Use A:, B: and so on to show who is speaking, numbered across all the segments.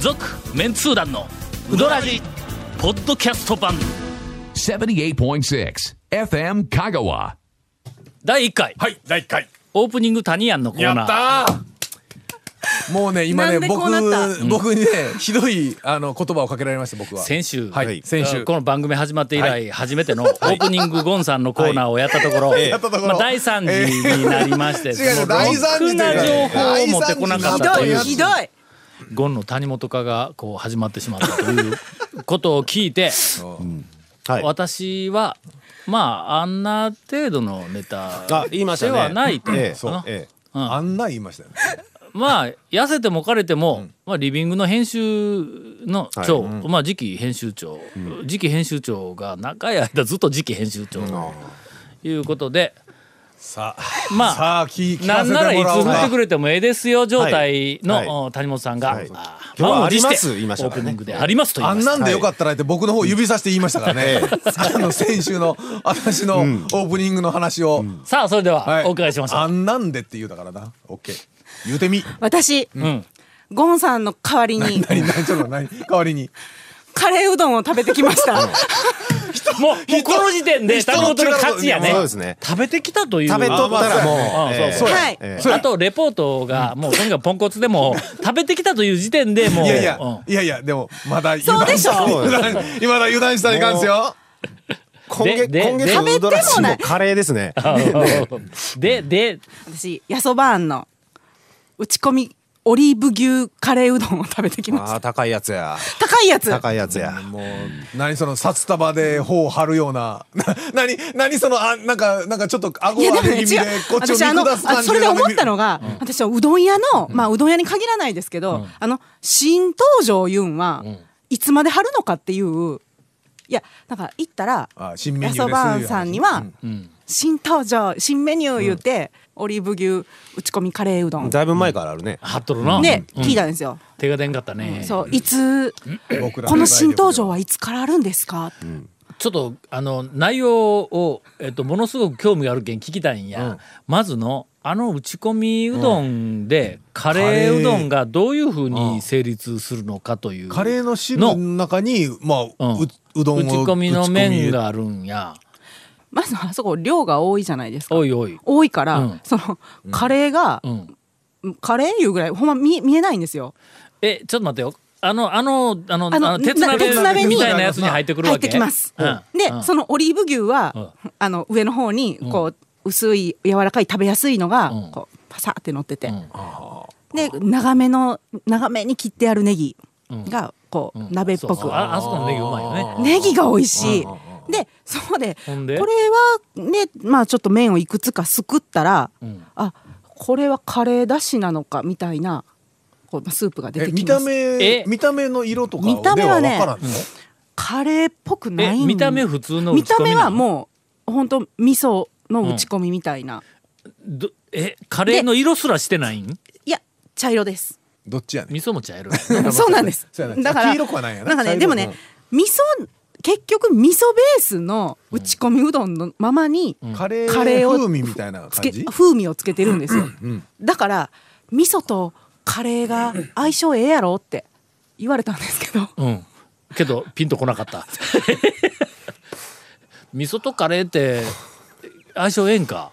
A: 続メンツー団のウドラジポッドキャスト版
B: 78.6 FM Kagawa.
A: 第1回
C: はい、第1回。
A: オープニングタニヤンのコー
C: や
A: ナ
C: っ
A: ー
C: たーもうね、今
D: な
C: ね、
D: んでこう
C: 僕
D: なった、
C: 僕にね、ひどい、あの、言葉をかけられました、僕は。
A: 先週、
C: はい、先週。
A: この番組始まって以来初めてのオープニングゴンさんのコーナーをやったところ、
E: やったところ
A: まあ、第3次になりまして、
E: 違う
A: もう
E: 第三
A: ろく
E: 次と
A: な
E: いう
A: 情
E: か
A: 報を持ってこなかったと
D: ひ
A: い
D: ど
A: う
D: いひどい
A: ゴンの谷本化がこう始まってしまったということを聞いて、
E: はい
A: 私はまああんな程度のネタ
E: あ言いました
A: で
E: ね
A: はないと、
E: ええそう
A: あの
E: ええ
C: あんなん言いましたよね。
A: まあ痩せても枯れても、まあ、リビングの編集の長、まあ、次期編集長、次期編集長が長い間ずっと次期編集長ということで、
C: さあ、
A: まあ
C: さあ、聞聞
A: な
C: か
A: ん
C: せ
A: ならい
C: て
A: つ
C: もらおう
A: 振って
C: か
A: く。れてもええですよ状態の、
E: はいはい
A: お谷本さんが、
E: はい
A: あー
E: 今日は
A: 満を持して
E: あります言いました
A: オー
E: か
A: プ
E: らね
A: ニングでありますと言い
C: あ
A: ま
C: ん
A: した。
C: なんでよかったらって僕の方指さして言いましたか らね。あの先週の私のオープニングの話を。
A: さあそれでは、
C: はい
A: お伺いしましょ
C: あ
A: うん
C: なんでって言うだからな。オッケー。言うてみ。
D: 私、
A: ん
D: ゴンさんの代わりに
C: 何何ちょっと何代わりに。
D: カレーうどんを食べてきました
A: もうもうこの時点で谷本の勝ちやね
E: そうですね
A: 食べてきたという
E: 食べとったらもう
A: あまあ、
E: ええ
A: そう
D: やはい
E: ええ
A: あとレポートがもうとにかくポンコツで も食べてきたという時点でもう
C: いやいや
A: う、
C: いやいや、でも、まだ油
D: そう
C: 断
D: で
C: し
D: したょ
C: ら、油断まだ油断したらいかんすよ。
A: でで
E: 今月今
A: で
E: 月のウドラジもカレーです ね
A: んでで
D: 私ヤソバーンの打ち込みオリーブ牛カレーうどんを食べてきまし
E: あ
D: た
E: ー高いやつや
D: 高いやつ
E: 高いやつや
C: もう、何その札束で頬を張るような、 な、何、何その、あ、なんか、なんかちょっと顎
D: いや
C: を
D: でも
C: 上
D: ね
C: げ気
D: 違
C: 味
D: う
C: で、こっちを見
D: 私あの
C: 下す感
D: あ
C: じ
D: それで思ったのが、私はうどん屋の、まあうどん屋に限らないですけど、あの新登場いうんは、いつまで貼るのかっていういやなんか行ったら
C: あ新メニュー
D: や
C: です
D: そばんさんには、新登場新メニュー言って、オリーブ牛打ち込みカレーうどんで
E: だいぶ前からあるね
A: 貼っとるな、
D: 聞いたんですよ、
A: 手が出んかったね、
D: そういつ
C: 僕ら
D: この新登場
C: は。
D: はいつからあるんですか、
A: ちょっとあの内容を、えっと、ものすごく興味があるけん聞きたいんや、まずのあの打ち込みうどんで、カレーうどんがどういうふうに成立するのかという
C: カレーの汁の中に、まあ、
A: うん
C: ううどんを
A: 打ち込みの麺
C: 打ち込み
A: があるんや
D: まずあそこ量が多いじゃないですか
A: おいおい、
D: 多いから、
A: うん
D: そのカレーが、
A: うん、
D: カレーいうぐらいほんま見見えないんですよ
A: えちょっと待ってよあのあのあの
D: あの
A: あの鉄
D: な
A: 鍋
D: 鉄鍋に
A: みたいなやつに入ってくるわ
D: 入っ
A: け
D: てきます、
A: うん
D: で、
A: うん
D: そのオリーブ牛は、あの上の方にこう、薄い柔らかい食べやすいのが、
A: うん
D: こうパサって乗ってて、
A: うん
D: で長めの長めに切ってあるネギがこう、
A: うん
D: 鍋っぽ
A: そうそう
D: く
A: ああそこのネギうまいよね
D: ネギが美味しいでそこで
A: ほんで
D: これはねまあちょっと麺をいくつかすくったら、あこれはカレーだしなのかみたいなこうスープが出
C: え
D: てき
C: 見
D: ま
C: た
D: す
C: 目
A: え
C: 見た目の色とかで
D: 見た目
C: は
D: は
C: 分
D: ね
C: からんの、
D: カレーっぽくない
A: え
D: ん
A: 見た目普通の打
D: 見
A: ち込
D: た
A: み
D: 目
A: な
D: は
A: の
D: もう本当味噌の打ち込みみたいな、
A: どえカレーの色すらしてないん
D: いや茶色です
C: どっちやねん
A: 味噌も茶色
D: そうなんです
C: そうやな
D: だから
C: 黄色くはないやな
D: なんか
C: 茶
D: ね
C: 色
D: でもね味噌結局味噌ベースの打ち込みうどんのままに、
C: カレー
D: カレーを
C: 風味みたいな
D: つ
C: 感
D: け
C: じ
D: 風味をつけてるんですよ、だから味噌とカレーが相性ええやろって言われたんですけど
A: うんけどピンとこなかった 味噌とカレーって相性ええんか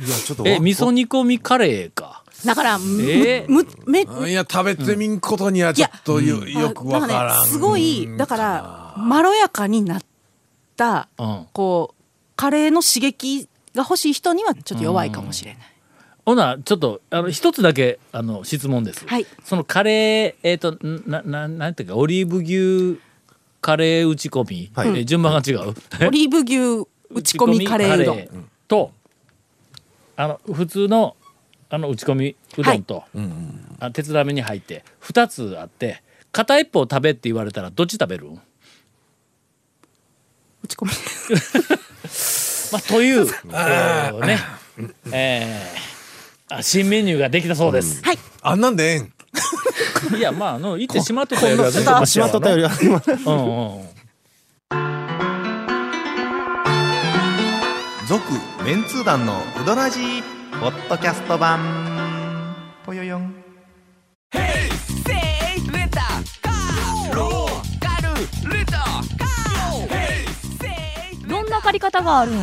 E: いやちょっと
A: え味噌煮込みカレーか
D: だからむ、
A: えー
D: むめ
C: いや食べてみんことにはちょっとよ,、よく分か
D: なん
C: らん
D: ね、すごいだからまろやかになった、
A: うん
D: こうカレーの刺激が欲しい人にはちょっと弱いかもしれない、
A: ほなちょっとあの一つだけあの質問です、
D: はい
A: そのカレーえっ、とんなななんていうかオリーブ牛カレー打ち込み、
E: はい
A: え順番が違う、
D: オリーブ牛打ち込みカレーうどん
A: 打ち込みカレーとあの普通のあの打ち込みうどんと、あ鉄鍋に入って2つあって片一方食べって言われたらどっち食べるん、ま
D: 打ち込み
A: あ、と いう、えーねえーあ新メニューができたそうです、
D: はい
C: あんなんでええん
A: いやまああの行ってしまっとったよりは全然
D: こん
A: マ
D: な
A: シやわな
E: とったよりは
A: うんうんうん
F: 続メンツー団のウドラジーポッドキャスト版ぽよよん
G: レタカ借り方があるん
H: ウ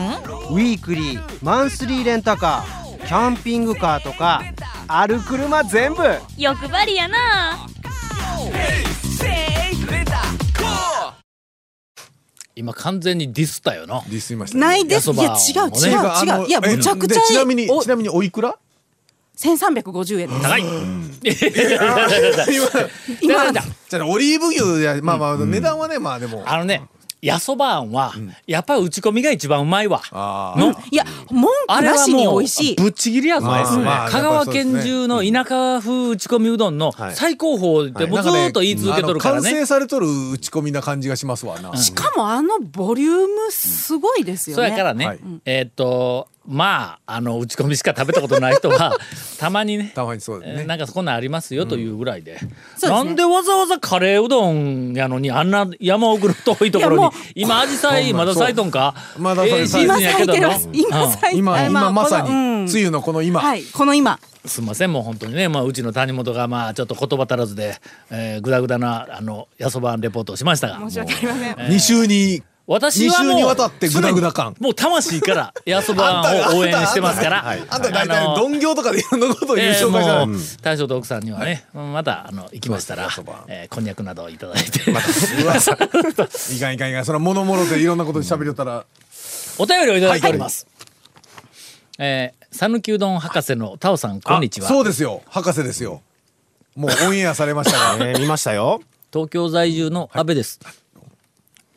H: ィークリーマンスリーレンタカーキャンピングカーとかある車全部
G: 欲張りやな
A: 今完全にディスったよな
C: ディスりましたね。
D: ないです。いや、
A: 安
D: 違
A: 場
D: う、
A: もね
D: 違
C: てかあ
D: う、違
C: の
D: う。いや、
C: え
D: むちゃくちゃ
C: でちなみに
D: お
C: ちなみにお いくら？
D: 1350円です。
A: 高い
D: 今、
C: じゃあオリーブ牛やまあまあ値段はねまあでも
A: あのねやそばあんはやっぱり打ち込みが一番うまいわ
C: あー
A: の
D: いや、文
A: あ
D: 句
A: れ
D: な
A: は
D: し
A: もう
D: に美
A: ぶ
D: 味しい。
A: っちぎりやぞ、
C: まあ
A: ですね
C: まあ
A: 香川県中の田舎風打ち込みうどんの
E: い
A: 最高峰ってもうずーっと言い続けとるから
C: あの完
A: ね
C: 成されとる打ち込みな感じがしますわな。
D: しかもあのボリュームすごいですよ
A: そう
D: ね。
A: やからね、
C: はい
A: えーっとまああの打ち込みしか食べたことない人 はたまにね
C: たまにそうだ
A: えー
C: ね。
A: なんかこんなんありますよというぐらいで、
D: そうです
A: な
D: ね
A: んでわざわざカレーうどんやのにあんな山奥の遠いとこ
D: いや
A: ろ
D: も
A: に今アジサイまだ咲いとんか
C: まだ咲
A: え
C: い
A: えシー
D: 今
A: ズンや
D: 咲
A: け
D: い
A: ど
D: て
A: な
D: ます。今咲いて
C: 今
D: あ
C: 今まさに
D: このうん
C: 梅雨のこの今。
D: はい、この今。
A: すみませんもう本当にね、まあ、うちの谷本がまあちょっと言葉足らずで、えー、ぐだぐだなあのやそばんレポートをしましたが
D: 申し訳ありません。
C: 二週に
A: 私
C: 二
A: は
C: 週
A: も
C: に
A: う
C: わたってグダグダ感。
A: もう魂からやそばんを応援してますから
C: あんた大体どんぎょうとかでいろんなことを言う
A: えー
C: 紹介じゃない
A: もう大将と奥さんにはね、またあの行きましたら
C: そうですね、
A: えー、こんにゃくなどをいただいて
C: いかんいかんいかんそれはもろもろでいろんなこと喋りよったら
A: お便りをいただいております。えー、讃岐うどん博士のタオさんこんにちは
C: そうですよ博士ですよもうオンエアされまし たが
E: えー見ましたよ。
A: 東京在住の阿部です、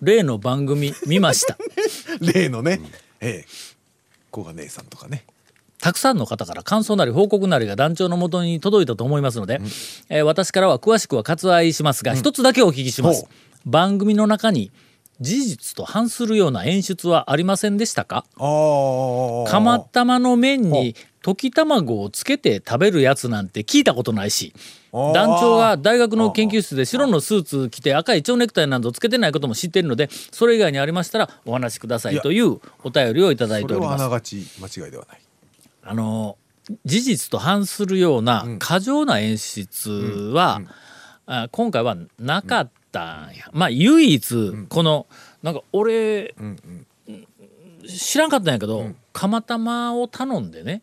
A: 例の番組見ま した
C: 例のねええこが姉さんとかね
A: たくさんの方から感想なり報告なりが団長のもとに届いたと思いますので、えー私からは詳しくは割愛しますが、一つだけお聞きします
C: ほ。
A: 番組の中に事実と反するような演出はありませんでしたか
C: ああ
A: 釜玉の麺に溶き卵をつけて食べるやつなんて聞いたことないし
C: あー
A: 団長が大学の研究室で白のスーツ着て赤い蝶ネクタイなどつけてないことも知っているのでそれ以外にありましたらお話しくださいというお便りをいただい
C: そ
A: て
C: れ
A: おり
C: はあ
A: ます
C: な。がち間違いではない
A: あの事実と反するような過剰な演出は、あ今回はなかったんや、まあ唯一この、なんか俺、知らんかったんやけど、釜玉を頼んでね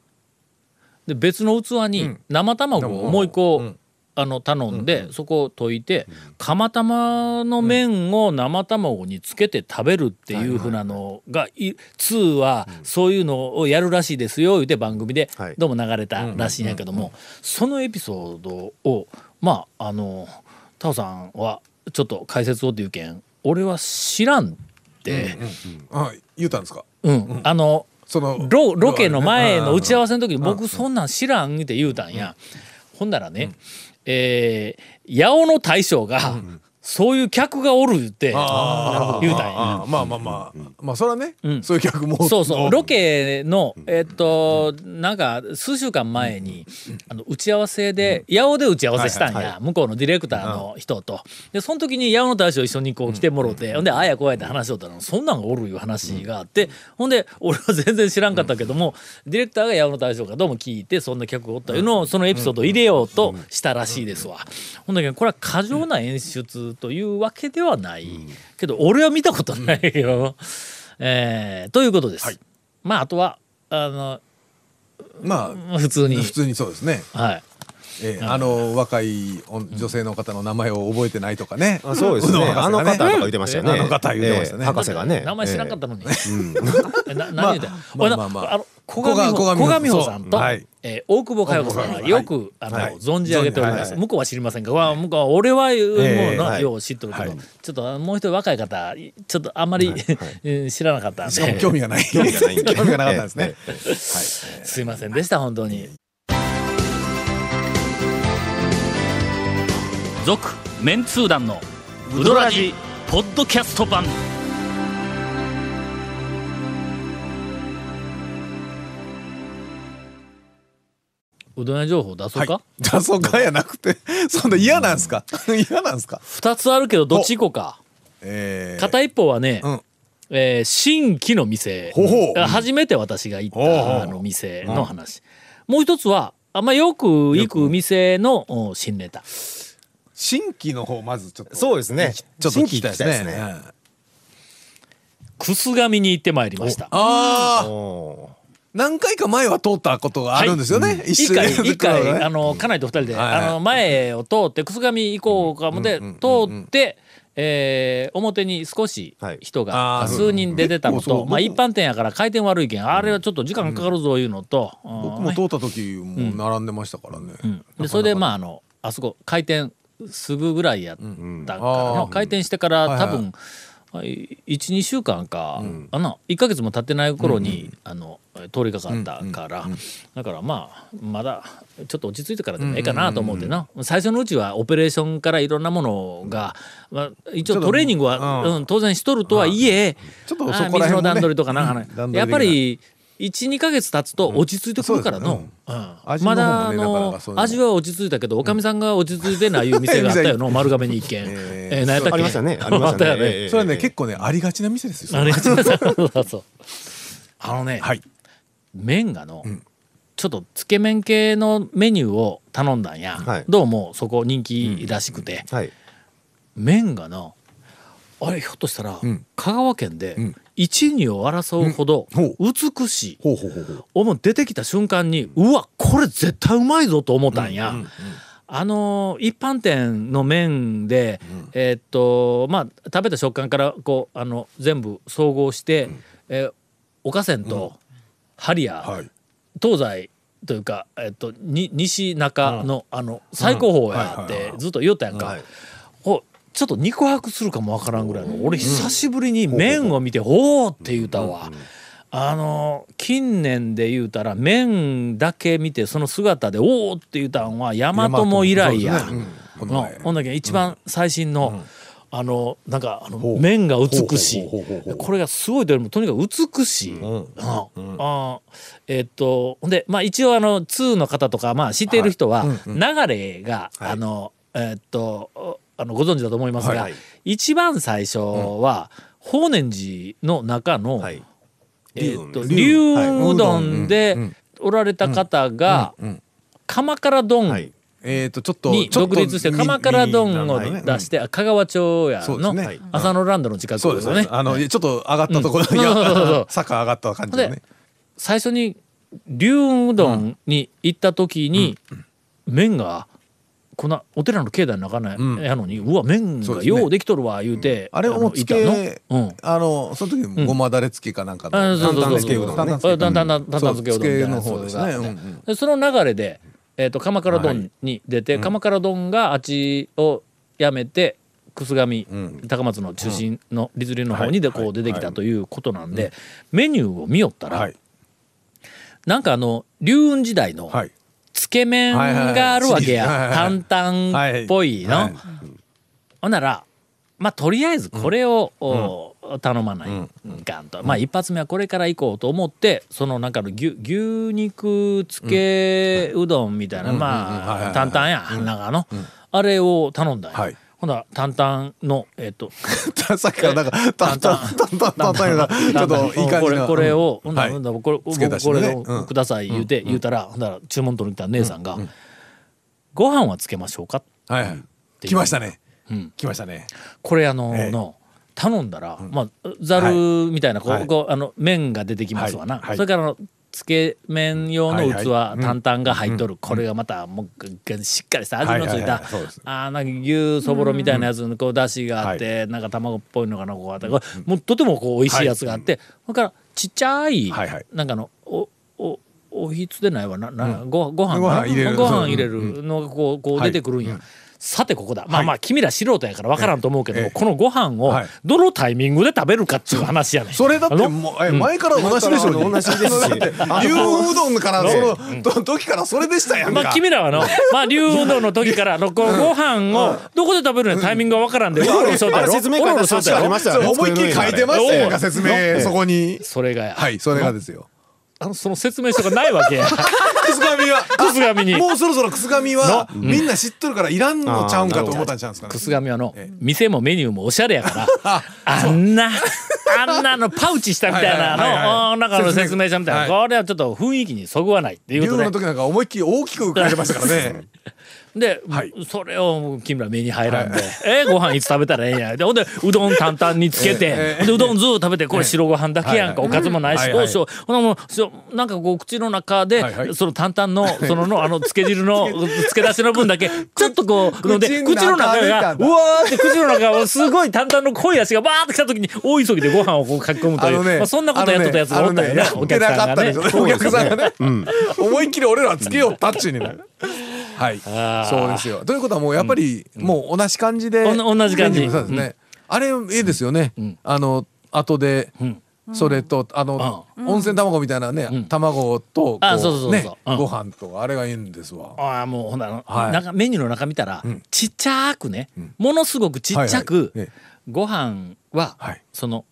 A: で別の器に生卵をもう一個、あの頼んで、そこを溶いて、釜玉の麺を生卵につけて食べるっていうふうなのがい「2」はそういうのをやるらしいですよ言うて番組で
E: はい
A: どうも流れたらしいんやけどもそのエピソードをまああのタオさんはちょっと解説をっていう件俺は知らんって、
C: あ言うたんですか
A: うんあの
C: その
A: ロロケの前の打ち合わせの時に僕そんなん知らんって言うたんや、ほんならね、えー八尾の大将が、そういう客がおる言って
C: あー
A: 言うたんや。
C: あーまあまあまあまあそれはね
A: ん
C: そういう客も
A: そうそう
C: の
A: ロケのえっとなんか数週間前にあの打ち合わせで八尾で打ち合わせしたん
E: はいはい
A: や向こうのディレクターの人とでその時に八尾の大将一緒にこう来てもろてほんでああやこうやって話しとったのそんなんがおるいう話があってほんで俺は全然知らんかったけどもディレクターが八尾の大将がどうも聞いてそんな客がおったいうのをそのエピソードを入れようとしたらしいですわほんだけどこれは過剰な演出というわけではないけど俺は見たことないよ。えーということです。まああとはあ
C: まあ
A: の普通に
C: 普通にそうですね
A: はい
C: ええあの若い女性の方の名前を覚えてないとかね
E: あそうですね。あの方とか言ってましたよね。
C: あの方言ってましたね
E: えー博士がね。
A: 名前知らんかったのに。えな
C: まあ
A: 何言うてん
C: まあ
A: 俺な
C: まあまあ
A: あの小上穂
C: 小
A: 小
C: 上穂
A: 上穂さんと、
C: そうはい
A: えー大久保佳代子さんはよく、
C: はい
A: あの
C: はい
A: 存じ上げております、
C: はい
A: 向こうは知りませんが、わ向こうは俺はもうの、
C: ええはい
A: よう知ってるけど、
C: はい
A: ちょっともう一人若い方ちょっとあんまり、 うん知らなかったん
C: しかも
A: で
C: 興味がない興味
E: がないんで
C: がなかったんですね
A: すいませんでした本当に。続メンツー団のウドラジポッドキャスト版うどん屋情報出そう
C: はい
A: か、
C: じゃあそうかやなくて そんな嫌なんすか 嫌なんすか
A: 二2つあるけどどっち行こうか
C: ええ
A: 片一方はね、
C: うん
A: えー新規の店
C: ほほう
A: 初めて私が行っ
C: ほうほう
A: たあの店の話、もう一つはあんまよく行く店のお新ネタ
C: 新規の方まずちょっと
E: そうですね。
C: ちょっと
E: 新
C: 聞
E: 規
C: きた
E: 行
C: い
E: き
C: です
E: たい
C: ね
E: ですね。
A: く楠上に行ってまいりました。
C: ああ
E: お
C: 何回か前は通ったことがあるんですよね、
A: 一
C: 緒に
A: 回一
C: ところが
A: 回
C: ね
A: あの家内と二人で、
C: はいはい
A: あの前を通って楠上行こうかもで、通って、えー表に少し
E: はい
A: 人
C: あ
A: が
C: ー
A: 数人で出たの
C: 結構
A: と、
C: そう
A: まあ、
C: 僕
A: 一般店やから回転悪いけんあれはちょっと時間かかるぞいうのと、うん
C: 僕も通った時も並んでましたからね、
A: でそれでまああのあそこ開店すぐぐらいやったから
C: うんあ
A: の
C: ー
A: 開店してから
C: はい
A: 多
C: はい
A: 分12週間かあの1ヶ月も経ってない頃にあの通りかかったからだからまあまだちょっと落ち着いてからでもええかなと思ってな最初のうちはオペレーションからいろんなものがまあ一応トレーニングはうん当然しとるとはいえ
C: ちょっと
A: あー
C: そこら辺もね
A: 水の段取りとかなあの
C: 段取り的な
A: やっぱり12ヶ月経つと落ち着いてくるから
C: そう
A: の
C: ですね。
A: うん
C: 味の
A: ま
C: 方
A: だあ
C: もねなかな
A: の
C: かそういうのも
A: 味は落ち着いたけどおかみさんが落ち着いてないいう店があったよ の丸亀に一軒
C: え
A: えー何やったっけ
E: ありましたねありましたね
A: あったよ
E: ええ
C: それはね、結構ねありがちな店ですよ
A: あれそうそうあのね
C: はい
A: 麺がのちょっとつけ麺系のメニューを頼んだん
E: は
A: や
E: い
A: どうもそこ人気らしくて
E: ーはい
A: 麺がのあれひょっとしたら
C: ん
A: 香川県で
C: ん
A: 一二を争うほど
C: うん
A: 美しい
C: ほうほうほうほう
A: 思う出てきた瞬間にうわこれ絶対うまいぞと思ったんや。あのー一般店の麺で、えーっとまあ食べた食感からこうあの全部総合して、えーおかせんと、ハリア、
C: はい
A: 東西というか、えーっとに西中の,、あの最高峰やっ
C: はいはい
A: て
C: は
A: ずっと言おったやんか、
E: はい
A: こうちょっと肉薄するかもわからんぐらいの俺久しぶりに麺を見て「おーって言うたわ。あの近年で言うたら麺だけ見てその姿で「おお!」って言うたんは大和も以来や。
C: そうですねうんこの
A: の
C: 前
A: ほんだけ一番最新の、あのなんかあの
C: ほう
A: 面が美しい
C: ほうほうほうほう
A: これがすごいというよりもとにかく美しい、うんあーえっとほんでまあ一応あの2の方とかまあ知っている人は、流れが、あのえっとあのご存知だと思いますが、
E: はい
A: 一番最初は、法然寺の中の、
E: はい
A: えーと
E: 龍
A: 龍
E: 雲
A: 雲うどん
C: う
A: で
C: ん
A: おられた方が、釜から丼、
E: はい
C: えっ、とちょっと
A: に
C: ちょっ
A: 独
C: と
A: 立して鎌倉丼を
E: ミニミニ
A: 出して香川町や
C: そうです
A: の
C: ねはい
A: 浅野ランドの近く
C: そう
A: で
C: ですす
A: よ
C: ね
A: ね。
C: あのちょっと上がったところ、
A: うん
C: いや
A: そうそうそう
C: 坂上がった感じのね
A: で最初に龍雲うどんに行った時に麺がこんなお寺の境内の中
C: うん
A: やのにうわ麺
C: そう
A: が
C: ですね
A: ようできとるわ言うて
C: あれをもうつけ
A: あのいたのうん
C: あのその時にごまだれ付けかなんかの、
A: あそうそうそう
C: 担々漬けうどんね
A: あだんだんだんだんだん漬けうどんみたいな
C: そう漬けの方です
A: そ
C: ね
A: うそう
C: うんうん
A: でその流れで、えー、と鎌倉丼に出て、鎌倉丼があっちをやめて楠上、高松の中心の立立の方にでこう出てきたということなんで、メニューを見よったら、
C: はい
A: なんかあの龍雲時代の
C: はい
A: つけ麺があるわけや、
C: はいはいはいはい
A: 担々っぽいの。
C: はい
A: ほんならまあとりあえずこれを、お頼まないかんと、まあ一発目はこれから行こうと思ってそのなんかの牛牛肉つけうどんみたいな、
C: うんうんはいはい
A: ま
C: は
A: あ
C: い
A: 担々や、中の、あれを頼んだんや、
C: はい
A: ほんなら担々のえっ、 と
C: さっきからなんかタンタンタンタンタンタンがちょっといい感
A: こ
C: じ
A: れ
C: な
A: これを、
C: う
A: ほん
C: ん
A: な
C: は
A: ら
C: い
A: ほんならこれ
C: つけ出し
A: こ
C: ね
A: れ
C: う
A: を
C: ん
A: ください言うて、言うたらほんなら注文取りに来た姉さんが、ご飯はつけましょうか」
C: はいはい来ましたね、来ましたね
A: これあの,、
C: ええ
A: の頼んだら、まあ、ざるみたいな、こう
C: はい
A: こうあの麺が出てきますわな、
C: はいはい
A: それからあのつけ麺用の器、
C: はいは
A: 担々が入っとる、これがまたもうぐっぐんしっかりした味のつ
C: はいいはい
A: た
C: はいそうです
A: あーなんか牛そぼろみたいなやつのこうだしがあって、なんか卵っぽいのかなこうあってこれもうとてもこう美味しいやつがあって、それからちっちゃい、
C: はいはい
A: なんかあのおおおひつでないわなな、ごご飯
C: ご
A: かな
C: 飯入れる
A: ご飯入れるのがこうこう出てくるんや、さてここだまあまあ君ら素人やから分からんと思うけども、
C: ええ
A: このご飯を
C: はい
A: どのタイミングで食べるかっていう話やねん。
C: それだっ
A: あ
C: て
A: の
C: もうえ前から同じでしょう
E: 同じですし
C: 牛うどんからそのと時からそれでしたやんか、
A: まあ君らはあの、まあ竜うどんの時からあのこのご飯をどこで食べるのタイミングがわからんで、うろうろしとったやろ。
E: 説明会
A: うろう
E: で
A: ろしとっ
E: 確
A: たや
E: かあり
A: ろ
E: ました
C: そ
E: よ
C: う
E: ね
C: 思いっきり書いてましたやんか説明そこに
A: それがや、
C: はいそれがですよ
A: あのその説明書がないわけや。
C: くすがみは
A: くすがみに
C: もうそろそろくすがみはみんな知っとるからいらんのちゃうんかと思ったんちゃうんですかね
A: くすがみはの店もメニューもおしゃれやからあんなあんなのパウチしたみたいな
C: はいはいはいはい
A: あの中の説明書みたい
C: 説明
A: なこれはちょっと雰囲気にそぐわないっていう
C: 牛
A: こ
C: の
A: とで
C: 時なんか思いっきり大きく書いてましたからね
A: で、
C: はい
A: それを君ら目に入らんで、えご飯いつ食べたらええんやでほんでうどん淡々につけて、でうどんずっと食べてこれ白ご飯だけやんか、おかずもないし、
C: はい
A: ど
C: は
A: う
C: い
A: しよう、ほなもうしょなんかこう口の中で、
C: はいはい
A: その淡々のそののあのつけ汁 のつけ出しの分だけちょっとこう飲んで
C: 口
A: 口の
C: の中
A: 中
C: で
A: が
C: か
A: うわーって口の中がすごい淡々の濃い足がバーってきた時に大急ぎでご飯をこう書き込むという、まあ、そんなことやっとったやつがおったよね
C: あの
A: お客さんがね。
C: やってなかったんですよお客さんがね。思いっきり俺らはつけようタッチになる。はい。そうですよ。ということはもうやっぱり、もう同じ感じで。
A: おん同じ感じ
C: メニューそうですね。あれ、いいですよね。あの、後で、それと、あの、温泉卵みたいなね、卵と、こ
A: あそうそうそうそう
C: ね
A: うん
C: ご飯と、あれがいいんですわ。
A: ああもうほんなら、
C: はい
A: なんかメニューの中見たら、ちっちゃくね、ものすごくちっちゃく、
C: はいはいええ
A: ご飯は、
C: はい
A: その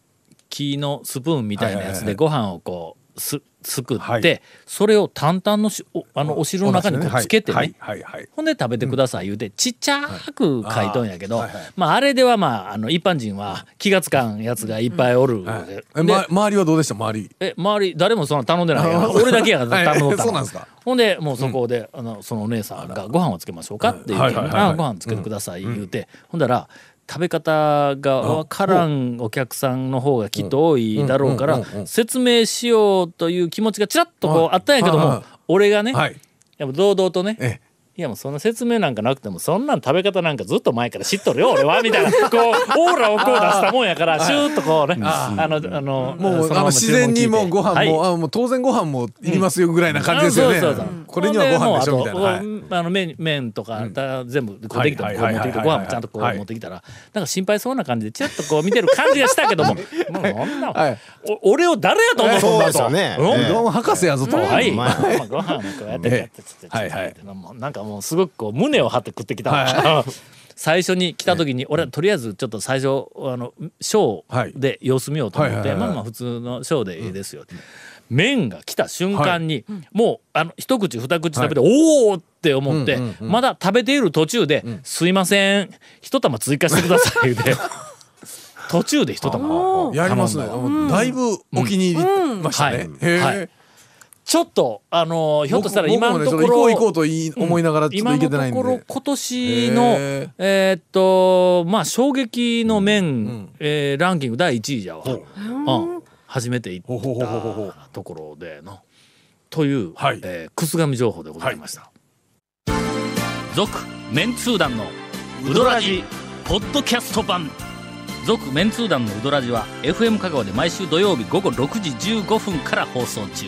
A: 木のスプーンみたいなやつ
C: は
A: で
C: い
A: ご飯をこうすすくって、
C: はい
A: それを淡々のしおあのお汁の中にこうつけてね、
C: はいはいはい。
A: ほんで食べてください言うて、ちっちゃく書いとんやけど、
C: はいはいはい
A: まああれではまああの一般人は気がつかんやつがいっぱいおる、
C: はい
A: で
C: え、ま、周りはどうでした周り。
A: え周り誰もそんな頼んでないや
C: あ
A: ん俺だけやから頼んだ
C: はいそうなんですか
A: ほんでもうそこで、あのそのお姉さんが「ご飯をつけましょうか」って言うて、
C: はいはいはいはい
A: あご飯つけてください」言うて、ほんだら食べ方がわからんお客さんの方がきっと多いだろうから
C: うんうんうんうん
A: 説明しようという気持ちがちらっとこうあったんやけど
C: はいは
A: も
C: い
A: 俺がね、
C: はい。
A: やっぱ堂々とね、
C: ええ
A: いやもうそんな説明なんかなくてもそんなん食べ方なんかずっと前から知っとるよ俺はみたいなこうオーラをこう出したもんやからシューッとこうねあのあの
C: もうあの自然にもうご飯も、あもう当然ご飯もいりますよぐらいな感じですよね。
A: あそうそうそう
C: これにはご飯でしょみたい
A: ほ
C: な。
A: ん
C: はい
A: でもうあとあの麺麺とかだ全部こうできてもこう
C: は
A: 持
C: い
A: って
C: はいはい
A: きて
C: はい
A: ご飯もちゃんとこう
C: はい
A: 持ってきたらなんか心配そうな感じでちらっとこう見てる感じがしたけどももうなんな
C: はい
A: お俺を誰やと思うとんだと
E: そうですよね
A: うん
E: ええ
C: うどん博士やぞと。
A: はい、
E: うん
A: まあ、ご飯こうやってやってつって
C: はいはい
A: もうなんかもうすごくこう胸を張って食ってきた、 最初に来た時に俺はとりあえずちょっと最初あのショーで様子見ようと思って、
C: はいはいはいはい
A: まあまあ普通のショーでいいですよ、麺が来た瞬間に、もうあの一口二口食べて、おおって思って、
C: うんうん
A: まだ食べている途中で「すいません一玉追加してください」言う て途中で一玉を
C: やりますね。もうだいぶお気に入りましたね
A: うん。
C: へえ
A: はいちょっとあのーひょっとしたら
C: 僕
A: 今
C: 僕
A: の
C: もね
A: とこ
C: そ
A: ろ
C: れ行こう行こうと言い思いながらちょっと
A: 今
C: 行
A: の
C: け
A: と
C: てないんで。
A: ころ今年の
C: へー
A: えーっとまあ衝撃の面、えーランキング第1位じゃわ、うん、初めて行
C: ほうほうほうほうほ
A: っ
C: う
A: たところでのという、
C: はい
A: えーくすがみ情報でございました「続、メンツー団のウドラジポッドキャスト版」「続・メンツー団のウドラジは FM 香川で毎週土曜日午後6時15分から放送中。